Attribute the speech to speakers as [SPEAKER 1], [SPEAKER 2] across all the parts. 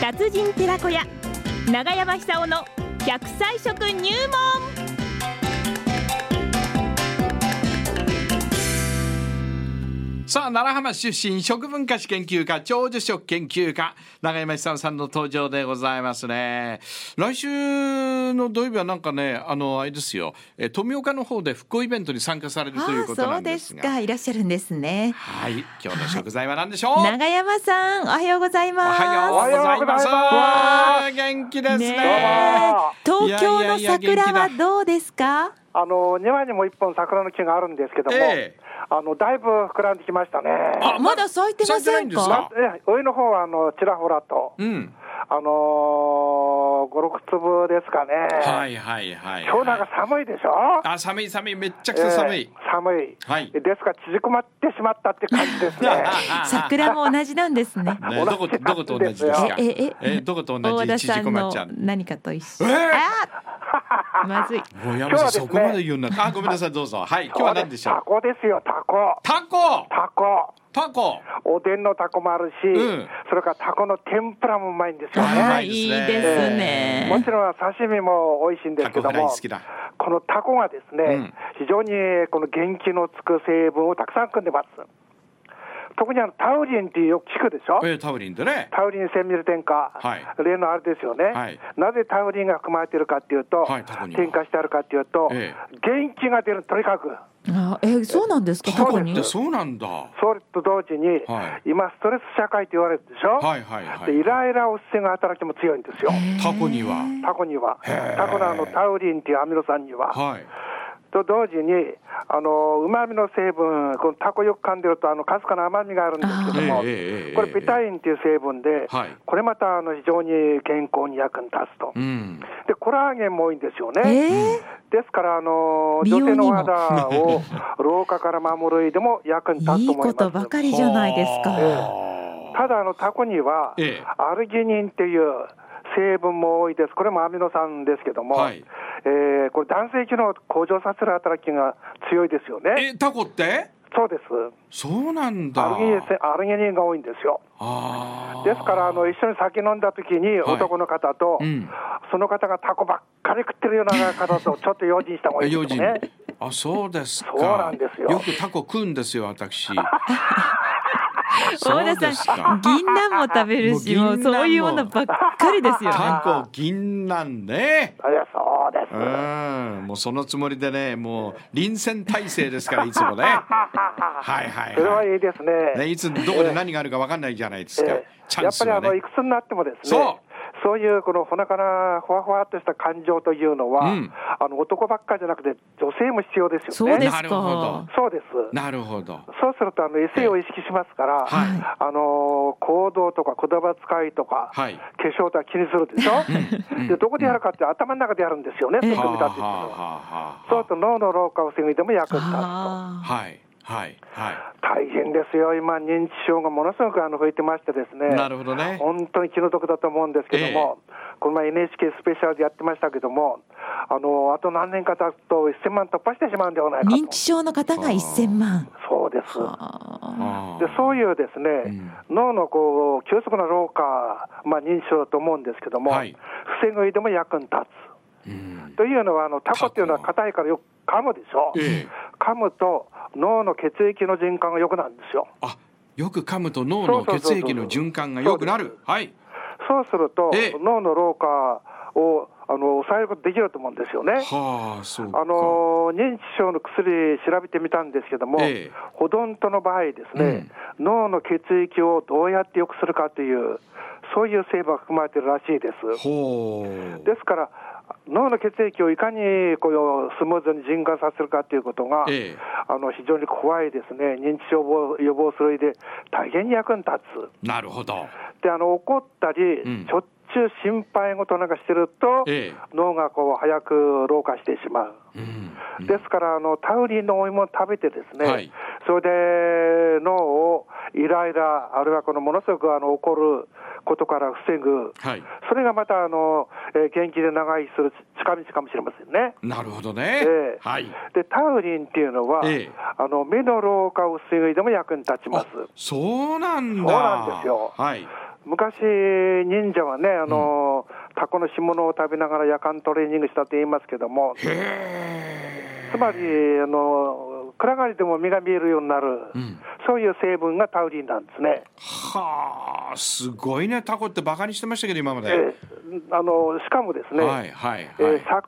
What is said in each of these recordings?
[SPEAKER 1] 達人寺子屋長山久夫の百歳食入門
[SPEAKER 2] さあ奈良浜出身食文化史研究家長寿食研究家永山久夫さんの登場でございますね来週の土曜日はなんかねあのあれですよえ富岡の方で復興イベントに参加されるということ
[SPEAKER 3] ああ
[SPEAKER 2] な
[SPEAKER 3] そうん
[SPEAKER 2] で
[SPEAKER 3] ですす
[SPEAKER 2] が
[SPEAKER 3] か。いらっしゃるんですね。
[SPEAKER 2] はい今日の食材は何でしょう、
[SPEAKER 3] 長山さん、おはようござい
[SPEAKER 2] お
[SPEAKER 3] ます。
[SPEAKER 2] はようございます
[SPEAKER 4] おは
[SPEAKER 2] 元気ですね
[SPEAKER 3] ねえ
[SPEAKER 2] どうも
[SPEAKER 3] 東京の
[SPEAKER 2] いやいやいや
[SPEAKER 3] 桜は
[SPEAKER 2] 元気だ
[SPEAKER 3] どうですか。
[SPEAKER 4] あの庭にも一本桜の木があるんですけども、
[SPEAKER 2] ええ
[SPEAKER 4] あのだいぶ膨らんできましたね。
[SPEAKER 2] あ
[SPEAKER 3] まだ咲いてま
[SPEAKER 2] 咲いてな
[SPEAKER 3] せ
[SPEAKER 2] いん
[SPEAKER 3] ん
[SPEAKER 2] で
[SPEAKER 3] か。
[SPEAKER 2] すか
[SPEAKER 4] ええ上の方はあのちらほらと、
[SPEAKER 2] うん
[SPEAKER 4] あのー、五六粒ですかね。
[SPEAKER 2] はいはいはい、
[SPEAKER 4] 今日なんか寒いでしょ。
[SPEAKER 2] あ寒い寒いめっちゃくちゃ寒い、
[SPEAKER 4] ええ寒い。
[SPEAKER 2] はい
[SPEAKER 4] ですが縮こまってしまったって感じ ですね。
[SPEAKER 3] 桜も同じなんですね。
[SPEAKER 2] ね、どこどこと同じですか。
[SPEAKER 3] ええ
[SPEAKER 2] えどこと同
[SPEAKER 3] 大
[SPEAKER 2] じ
[SPEAKER 3] 田
[SPEAKER 2] 縮
[SPEAKER 3] さ
[SPEAKER 2] こ
[SPEAKER 3] ん
[SPEAKER 2] まっ
[SPEAKER 3] の
[SPEAKER 2] ちゃん。
[SPEAKER 3] 何かと一緒。
[SPEAKER 2] ええ
[SPEAKER 3] あーまずい。
[SPEAKER 2] もう山
[SPEAKER 4] 今
[SPEAKER 2] さ
[SPEAKER 4] 日
[SPEAKER 2] ん、
[SPEAKER 4] はです
[SPEAKER 2] そ
[SPEAKER 4] ね
[SPEAKER 2] こまで言うんだった。あごめんなさいどうぞ。はい今日は何でしょ
[SPEAKER 4] タ
[SPEAKER 2] う。
[SPEAKER 4] コですよタコ。
[SPEAKER 2] タコ
[SPEAKER 4] タコ。
[SPEAKER 2] タコ。
[SPEAKER 4] おでんのタコもあるし、
[SPEAKER 2] うん
[SPEAKER 4] それからタコの天ぷらもうまいんですよ
[SPEAKER 2] あう
[SPEAKER 4] ね。
[SPEAKER 2] ま
[SPEAKER 3] あ
[SPEAKER 2] い
[SPEAKER 3] ー
[SPEAKER 2] です
[SPEAKER 3] いい
[SPEAKER 2] ね
[SPEAKER 3] です
[SPEAKER 4] もち
[SPEAKER 3] ね。
[SPEAKER 4] ろん刺身も美味しいんですけど
[SPEAKER 2] タコフライ
[SPEAKER 4] も、
[SPEAKER 2] 好きだ
[SPEAKER 4] このタコがですね、
[SPEAKER 2] うん
[SPEAKER 4] 非常にこの元気のつく成分をたくさん含んでます。特にあのタウリンってよく聞くでしょ、
[SPEAKER 2] えータウリンでね。
[SPEAKER 4] タウリンセミル添加、
[SPEAKER 2] はい
[SPEAKER 4] 例のあれですよね、
[SPEAKER 2] はい
[SPEAKER 4] なぜタウリンが含まれてるかっていうと、
[SPEAKER 2] はいタコには
[SPEAKER 4] 添加してあるかっていうと、
[SPEAKER 2] え
[SPEAKER 4] 元気が出る、とにかく。
[SPEAKER 3] あー、え、そうなんですか。過
[SPEAKER 2] タコ
[SPEAKER 3] 去
[SPEAKER 2] っ
[SPEAKER 3] に
[SPEAKER 2] て。そうなんだ。は
[SPEAKER 4] それと同時に、
[SPEAKER 2] はい
[SPEAKER 4] 今、ストレス社会って言われるでしょ、
[SPEAKER 2] いはいは
[SPEAKER 4] でイ
[SPEAKER 2] い。
[SPEAKER 4] ライラを防ぐ働きも強いんですよ、
[SPEAKER 2] タコには
[SPEAKER 4] タコには。
[SPEAKER 2] へえ
[SPEAKER 4] タコのあのタウリンっていうアミノ酸には。
[SPEAKER 2] はい。
[SPEAKER 4] と同時に、あのうまみの成分、このタコよく噛んでると、あのかすかな甘みがあるんですけども、
[SPEAKER 2] あーええええええ
[SPEAKER 4] これ、ビタインっていう成分で、
[SPEAKER 2] はい
[SPEAKER 4] これまたあの非常に健康に役に立つと、
[SPEAKER 2] うん。
[SPEAKER 4] でコラーゲンも多いんですよ
[SPEAKER 3] え
[SPEAKER 4] ね。
[SPEAKER 3] ー
[SPEAKER 4] ですから、あの
[SPEAKER 3] 美容
[SPEAKER 4] 女性
[SPEAKER 3] にも
[SPEAKER 4] のお肌を 老化から守る意味でも役に立つ
[SPEAKER 3] い
[SPEAKER 4] と
[SPEAKER 3] い
[SPEAKER 4] 思い
[SPEAKER 3] こ
[SPEAKER 4] ます。
[SPEAKER 3] とばかりじゃないですか。
[SPEAKER 2] は
[SPEAKER 4] ただあの、タコには、
[SPEAKER 2] ええ
[SPEAKER 4] アルギニンっていう成分も多いです、これもアミノ酸ですけども、
[SPEAKER 2] はい
[SPEAKER 4] えーこれ、男性機能を向上させる働きが強いですよ
[SPEAKER 2] あ
[SPEAKER 4] ね、
[SPEAKER 2] えタコって？
[SPEAKER 4] そうです、
[SPEAKER 2] そうなんだ。
[SPEAKER 4] アルギニンせアルギニンが多いんですよ。
[SPEAKER 2] ああ。
[SPEAKER 4] ですからあの、一緒に酒飲んだ時に、
[SPEAKER 2] はい
[SPEAKER 4] 男の方と、
[SPEAKER 2] うん
[SPEAKER 4] その方がタコばっかり食ってるような方と、ちょっと用心した方がいい
[SPEAKER 2] 用
[SPEAKER 4] です
[SPEAKER 2] 心
[SPEAKER 4] ね。。
[SPEAKER 2] あ、そうですか。
[SPEAKER 4] そうなんですよ
[SPEAKER 2] くタコ食うんですよ、 私。そう
[SPEAKER 3] 大
[SPEAKER 2] で
[SPEAKER 3] 田
[SPEAKER 2] す
[SPEAKER 3] さん、
[SPEAKER 2] か。
[SPEAKER 3] 銀杏も食べるし、
[SPEAKER 2] も
[SPEAKER 3] も
[SPEAKER 2] う銀杏
[SPEAKER 3] う
[SPEAKER 2] も
[SPEAKER 3] そういうものばっかりですよね。
[SPEAKER 2] タコ銀なんね。
[SPEAKER 4] いやそうで
[SPEAKER 2] う
[SPEAKER 4] す、
[SPEAKER 2] ん、もうそのつもりでね、もう臨戦態勢ですから、いつ もね。はいはい
[SPEAKER 4] それは
[SPEAKER 2] はい
[SPEAKER 4] いです
[SPEAKER 2] い。
[SPEAKER 4] ね。
[SPEAKER 2] ね、いつどこで何があるかわかんないじゃないですか。
[SPEAKER 4] ええ
[SPEAKER 2] チャ
[SPEAKER 4] や
[SPEAKER 2] ン
[SPEAKER 4] っ
[SPEAKER 2] ス
[SPEAKER 4] ぱりあ
[SPEAKER 2] が
[SPEAKER 4] のい
[SPEAKER 2] ね。
[SPEAKER 4] くつになってもですね、
[SPEAKER 2] そう
[SPEAKER 4] そういうこのほなかな、ほわほわっとした感情というのは、
[SPEAKER 2] うん
[SPEAKER 4] あの男ばっかりじゃなくて、女性も必要ですよ
[SPEAKER 3] そうで
[SPEAKER 4] ね。
[SPEAKER 3] す
[SPEAKER 2] なるほど
[SPEAKER 3] か。
[SPEAKER 4] そうです。
[SPEAKER 2] なるほど。
[SPEAKER 4] そうすると、あのエセを意識しますから、
[SPEAKER 2] はい
[SPEAKER 4] あの行動とか言葉遣いとか、
[SPEAKER 2] はい
[SPEAKER 4] 化粧とか気にするでしょ、でどこでやるかって、頭の中でやるんですよね、
[SPEAKER 3] ええ
[SPEAKER 4] その組み立てっていうの
[SPEAKER 2] はあ
[SPEAKER 4] は。
[SPEAKER 2] はあ
[SPEAKER 4] そう
[SPEAKER 2] は
[SPEAKER 4] すると脳の老化を防ぐでも役に立つと。
[SPEAKER 2] あ
[SPEAKER 3] あ
[SPEAKER 2] はいはいは
[SPEAKER 4] 大変ですよ、今、認知症がものすごくあの増えてましてですね、
[SPEAKER 2] なるほどね
[SPEAKER 4] 本当に気の毒だと思うんですけども、この前、NHK スペシャルでやってましたけども、あのあと何年か経つと、1000万突破してしまうんではない
[SPEAKER 3] ー
[SPEAKER 4] かと、
[SPEAKER 3] 認知症の方が1000万。
[SPEAKER 4] そうです。
[SPEAKER 2] あ。
[SPEAKER 3] あ
[SPEAKER 2] あ
[SPEAKER 4] で
[SPEAKER 2] あ
[SPEAKER 4] そういうですね、脳のこう急速な老化、まあ、認知症だと思うんですけども、
[SPEAKER 2] はい
[SPEAKER 4] 防ぐ上でも役に立
[SPEAKER 2] うん
[SPEAKER 4] つ。というのは、あのタコっていうのは硬いからよく噛むでしょ、
[SPEAKER 2] ええ
[SPEAKER 4] 噛むと脳の血液の循環が良くなるんですよ。
[SPEAKER 2] あ、よく噛むと脳の血液の循環が良くな
[SPEAKER 4] そう
[SPEAKER 2] る。はい。
[SPEAKER 4] そうすると
[SPEAKER 2] ええ、
[SPEAKER 4] 脳の老化をあの抑えることできると思うんですよね。
[SPEAKER 2] はあ、そうか。
[SPEAKER 4] あの認知症の薬、調べてみたんですけども、
[SPEAKER 2] ええ
[SPEAKER 4] ほとんどの場合ですね、脳の血液をどうやって良くするかという、そういう成分が含まれてるらしいです。
[SPEAKER 2] ほう。
[SPEAKER 4] ですから、脳の血液をいかにこうスムーズに循環させるかということが、
[SPEAKER 2] ええ
[SPEAKER 4] あの非常に怖いですね、認知症を予防する上で、大変に役に立つ。
[SPEAKER 2] なるほど。
[SPEAKER 4] であの怒ったり、
[SPEAKER 2] うん
[SPEAKER 4] しょっちゅう心配事なんかしてると、
[SPEAKER 2] ええ
[SPEAKER 4] 脳がこう早く老化してしまう。
[SPEAKER 2] うん。
[SPEAKER 4] ですからあの、タウリンのお芋を食べて、ですね、
[SPEAKER 2] はい
[SPEAKER 4] それで脳をイライラ、あるいはこのものすごくあの怒ることから防ぐ、
[SPEAKER 2] はい。
[SPEAKER 4] それがまたあの、えー元気で長生きする近道かもしれませんね。
[SPEAKER 2] なるほどね。
[SPEAKER 4] ええ
[SPEAKER 2] はい。
[SPEAKER 4] でタウリンっていうのは、
[SPEAKER 2] ええ
[SPEAKER 4] あの目の老化を防ぐ上でも役に立ちます。
[SPEAKER 2] そうなんだ。
[SPEAKER 4] そうなんですよ
[SPEAKER 2] はい。
[SPEAKER 4] 昔、忍者はね、あのタコの干物を食べながら夜間トレーニングしたと言いますけども、つまり、あの暗がりでも身が見えるようになる、そういう成分がタウリンなんですね。
[SPEAKER 2] はあすごいねタコってバカにしてましたけど今まで、
[SPEAKER 4] えーあのしかもですね、
[SPEAKER 2] はいはい
[SPEAKER 4] え
[SPEAKER 2] はい、
[SPEAKER 4] ーさ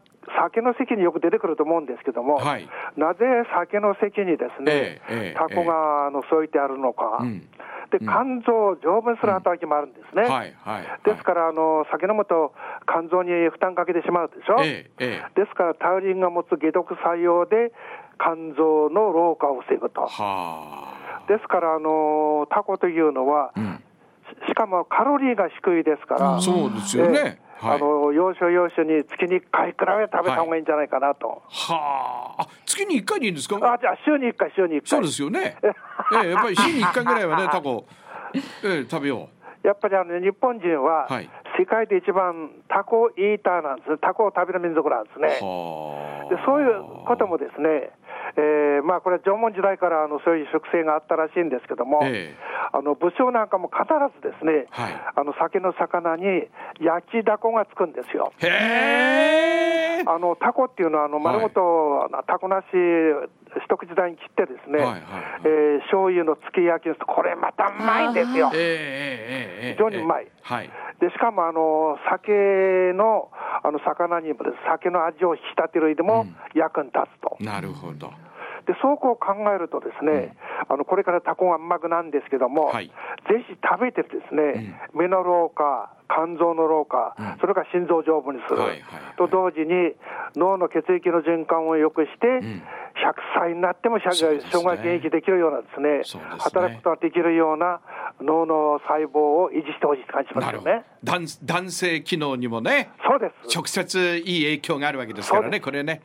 [SPEAKER 4] 酒の席によく出てくると思うんですけども、
[SPEAKER 2] はい
[SPEAKER 4] なぜ酒の席にですね、
[SPEAKER 2] ええええ
[SPEAKER 4] タコがあの添えてあるのか、
[SPEAKER 2] うん
[SPEAKER 4] で肝臓を丈夫にする働きもあるんですね。
[SPEAKER 2] はいはいはい
[SPEAKER 4] ですからあの、酒飲むと肝臓に負担かけてしまうでしょ、
[SPEAKER 2] えええ
[SPEAKER 4] ですからタウリンが持つ解毒作用で肝臓の老化を防ぐと、
[SPEAKER 2] はあ
[SPEAKER 4] ですからあのタコというのは、ししかもカロリーが低いですから、
[SPEAKER 2] そうですよね
[SPEAKER 4] ええ
[SPEAKER 2] はい
[SPEAKER 4] あの要所要所に月に1回くらいは食べた方がいいんじゃないかなと、
[SPEAKER 2] はああ月に1回でいいんですか
[SPEAKER 4] あじゃあ週に1回、週に1回、
[SPEAKER 2] そうですよね。ええ、やっぱり週に1回ぐらいはね、タコ、ええ、食べよう。
[SPEAKER 4] やっぱりあの日本人は、
[SPEAKER 2] はい
[SPEAKER 4] 世界で一番タコイーターなんですね、タコを食べる民族なんですね。
[SPEAKER 2] はあ。
[SPEAKER 4] でそういうこともですね、えーまあ、これは縄文時代からあのそういう食性があったらしいんですけども、
[SPEAKER 2] ええ
[SPEAKER 4] あの武将なんかも必ずですね、
[SPEAKER 2] はい
[SPEAKER 4] あの酒の魚に焼きダコがつくんですよ。
[SPEAKER 2] へえ。
[SPEAKER 4] あのタコっていうのはあの
[SPEAKER 2] はい
[SPEAKER 4] 丸ごと、あのタコなし一口大に切ってですね、
[SPEAKER 2] はいはいはい
[SPEAKER 4] えー醤油のつけ焼きですこれまたうまいんですよ。
[SPEAKER 2] ええええええええ
[SPEAKER 4] 非常にうまい
[SPEAKER 2] はい。
[SPEAKER 4] でしかもあの酒のあの魚にもです酒の味を引き立てる意味でも役に立つと。
[SPEAKER 2] なるほど。
[SPEAKER 4] でそうこう考えるとですね、あのこれからタコがうまくなんですけども、
[SPEAKER 2] はい
[SPEAKER 4] ぜひ食べてですね、目の老化肝臓の老化、それから心臓を丈夫にする、
[SPEAKER 2] はいはいはい
[SPEAKER 4] と同時に脳の血液の循環を良くして、100歳になっても社
[SPEAKER 2] そうで
[SPEAKER 4] 会
[SPEAKER 2] すね
[SPEAKER 4] 障害現役できるようなですね
[SPEAKER 2] そうですね
[SPEAKER 4] 働くことができるような脳の細胞を維持してほしいって感じしま
[SPEAKER 2] な
[SPEAKER 4] す
[SPEAKER 2] る
[SPEAKER 4] よ
[SPEAKER 2] ほど
[SPEAKER 4] ね。。
[SPEAKER 2] 男男性機能にもね、
[SPEAKER 4] そうです
[SPEAKER 2] 直接いい影響があるわけですから
[SPEAKER 4] そうで
[SPEAKER 2] ね、これね。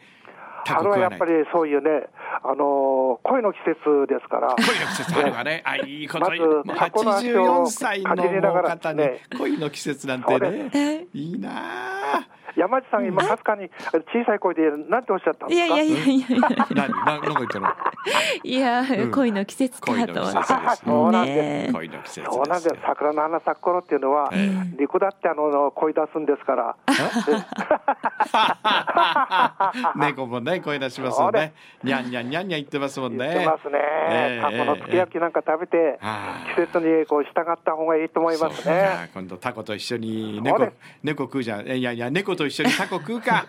[SPEAKER 2] タ
[SPEAKER 4] あ
[SPEAKER 2] コ
[SPEAKER 4] れ
[SPEAKER 2] 食わ
[SPEAKER 4] はやっ
[SPEAKER 2] ない。
[SPEAKER 4] ぱりそういうね、あの恋の季節ですから、
[SPEAKER 2] 恋の季節あるわ ね。あ、いいこと言う。
[SPEAKER 4] まずタコの足を
[SPEAKER 2] 84歳の
[SPEAKER 4] かじりながら
[SPEAKER 2] 方に
[SPEAKER 4] ね
[SPEAKER 2] 恋の季節なんて
[SPEAKER 4] そ
[SPEAKER 2] ね。いいなあ。
[SPEAKER 4] 山地さん、今、かすかに小さい声で、なんておっしゃったん
[SPEAKER 3] い
[SPEAKER 4] で
[SPEAKER 3] や
[SPEAKER 4] すか
[SPEAKER 3] いやいやいやい や
[SPEAKER 2] 何、な なんか言ったの。
[SPEAKER 3] いや、
[SPEAKER 2] ん
[SPEAKER 3] 恋の季節か
[SPEAKER 2] 恋
[SPEAKER 3] と
[SPEAKER 2] の
[SPEAKER 3] 思っ
[SPEAKER 2] 季節です
[SPEAKER 3] て
[SPEAKER 2] よ。
[SPEAKER 4] そうなんです
[SPEAKER 3] ね
[SPEAKER 2] 恋の季節ですよ。
[SPEAKER 4] そうなんです桜の花咲く頃っていうのは、
[SPEAKER 2] え
[SPEAKER 4] 陸だってあの恋出すんですから、
[SPEAKER 2] 猫もね声出します
[SPEAKER 4] そ
[SPEAKER 2] よ
[SPEAKER 4] うで
[SPEAKER 2] ね。にゃんにゃんにゃんにゃん言ってますもんね。
[SPEAKER 4] 言ってますね、
[SPEAKER 2] ええ
[SPEAKER 4] タコのつけ焼きなんか食べて
[SPEAKER 2] あ、ー
[SPEAKER 4] 季節にこう従った方がいいと思いま
[SPEAKER 2] そう
[SPEAKER 4] す
[SPEAKER 2] じゃ
[SPEAKER 4] ね。
[SPEAKER 2] あ今度タコと一緒に
[SPEAKER 4] そう
[SPEAKER 2] 猫
[SPEAKER 4] です
[SPEAKER 2] 猫食うじゃん。いやいや猫と一緒にタコ食う か。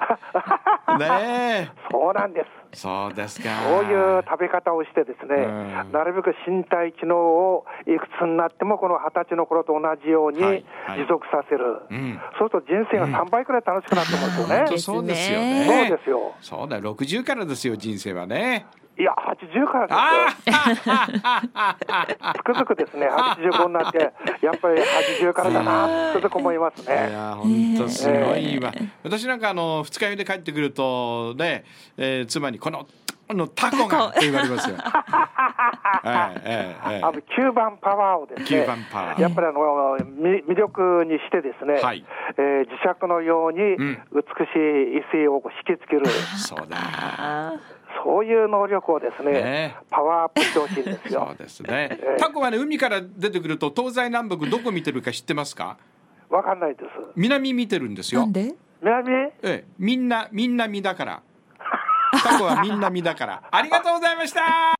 [SPEAKER 2] ねえ。
[SPEAKER 4] そうなんです。
[SPEAKER 2] そうですか。
[SPEAKER 4] こういう食べ方をしてですね
[SPEAKER 2] うん、
[SPEAKER 4] なるべく身体機能をいくつになってもこの二十歳の頃と同じように
[SPEAKER 2] はい
[SPEAKER 4] 持
[SPEAKER 2] はい
[SPEAKER 4] 続させる。
[SPEAKER 2] ん
[SPEAKER 4] そうすると人生が3倍くらい楽しくなってますよね。
[SPEAKER 2] 本当そうですよ
[SPEAKER 4] そう
[SPEAKER 2] ね。
[SPEAKER 4] ですよ。
[SPEAKER 2] そうだ六十からですよ人生は ね。
[SPEAKER 4] いや、80からですよ。
[SPEAKER 2] ああ。
[SPEAKER 4] つくづくですね、85に なって、やっぱり80からだな、つくづく思います
[SPEAKER 2] い
[SPEAKER 4] ね。
[SPEAKER 2] やー本当すごいわ、私なんかあの二日酔いで帰ってくるとね、えー、妻にこのこのタコがって言われ ますよ。はいえええ
[SPEAKER 4] あの9番パワーをです
[SPEAKER 2] 9
[SPEAKER 4] ね
[SPEAKER 2] 番パワ、ー
[SPEAKER 4] やっぱりあのみ魅力にしてですね、
[SPEAKER 2] はい
[SPEAKER 4] えー磁石のように美しい異性を引きつ ける、
[SPEAKER 2] えそうだ。
[SPEAKER 4] そういう能力をですね、
[SPEAKER 2] ね
[SPEAKER 4] パワーアップしてほしいんです
[SPEAKER 2] そ
[SPEAKER 4] よ
[SPEAKER 2] う。ですね。タコはね海から出てくると東西南北どこ見てるか知ってますか？
[SPEAKER 4] わかんないです。
[SPEAKER 2] 南見てるんです
[SPEAKER 3] な
[SPEAKER 2] よ
[SPEAKER 3] ん。で
[SPEAKER 4] 南
[SPEAKER 2] ええ、みんなみんな身だから。タコはみんな身だから。ありがとうございました。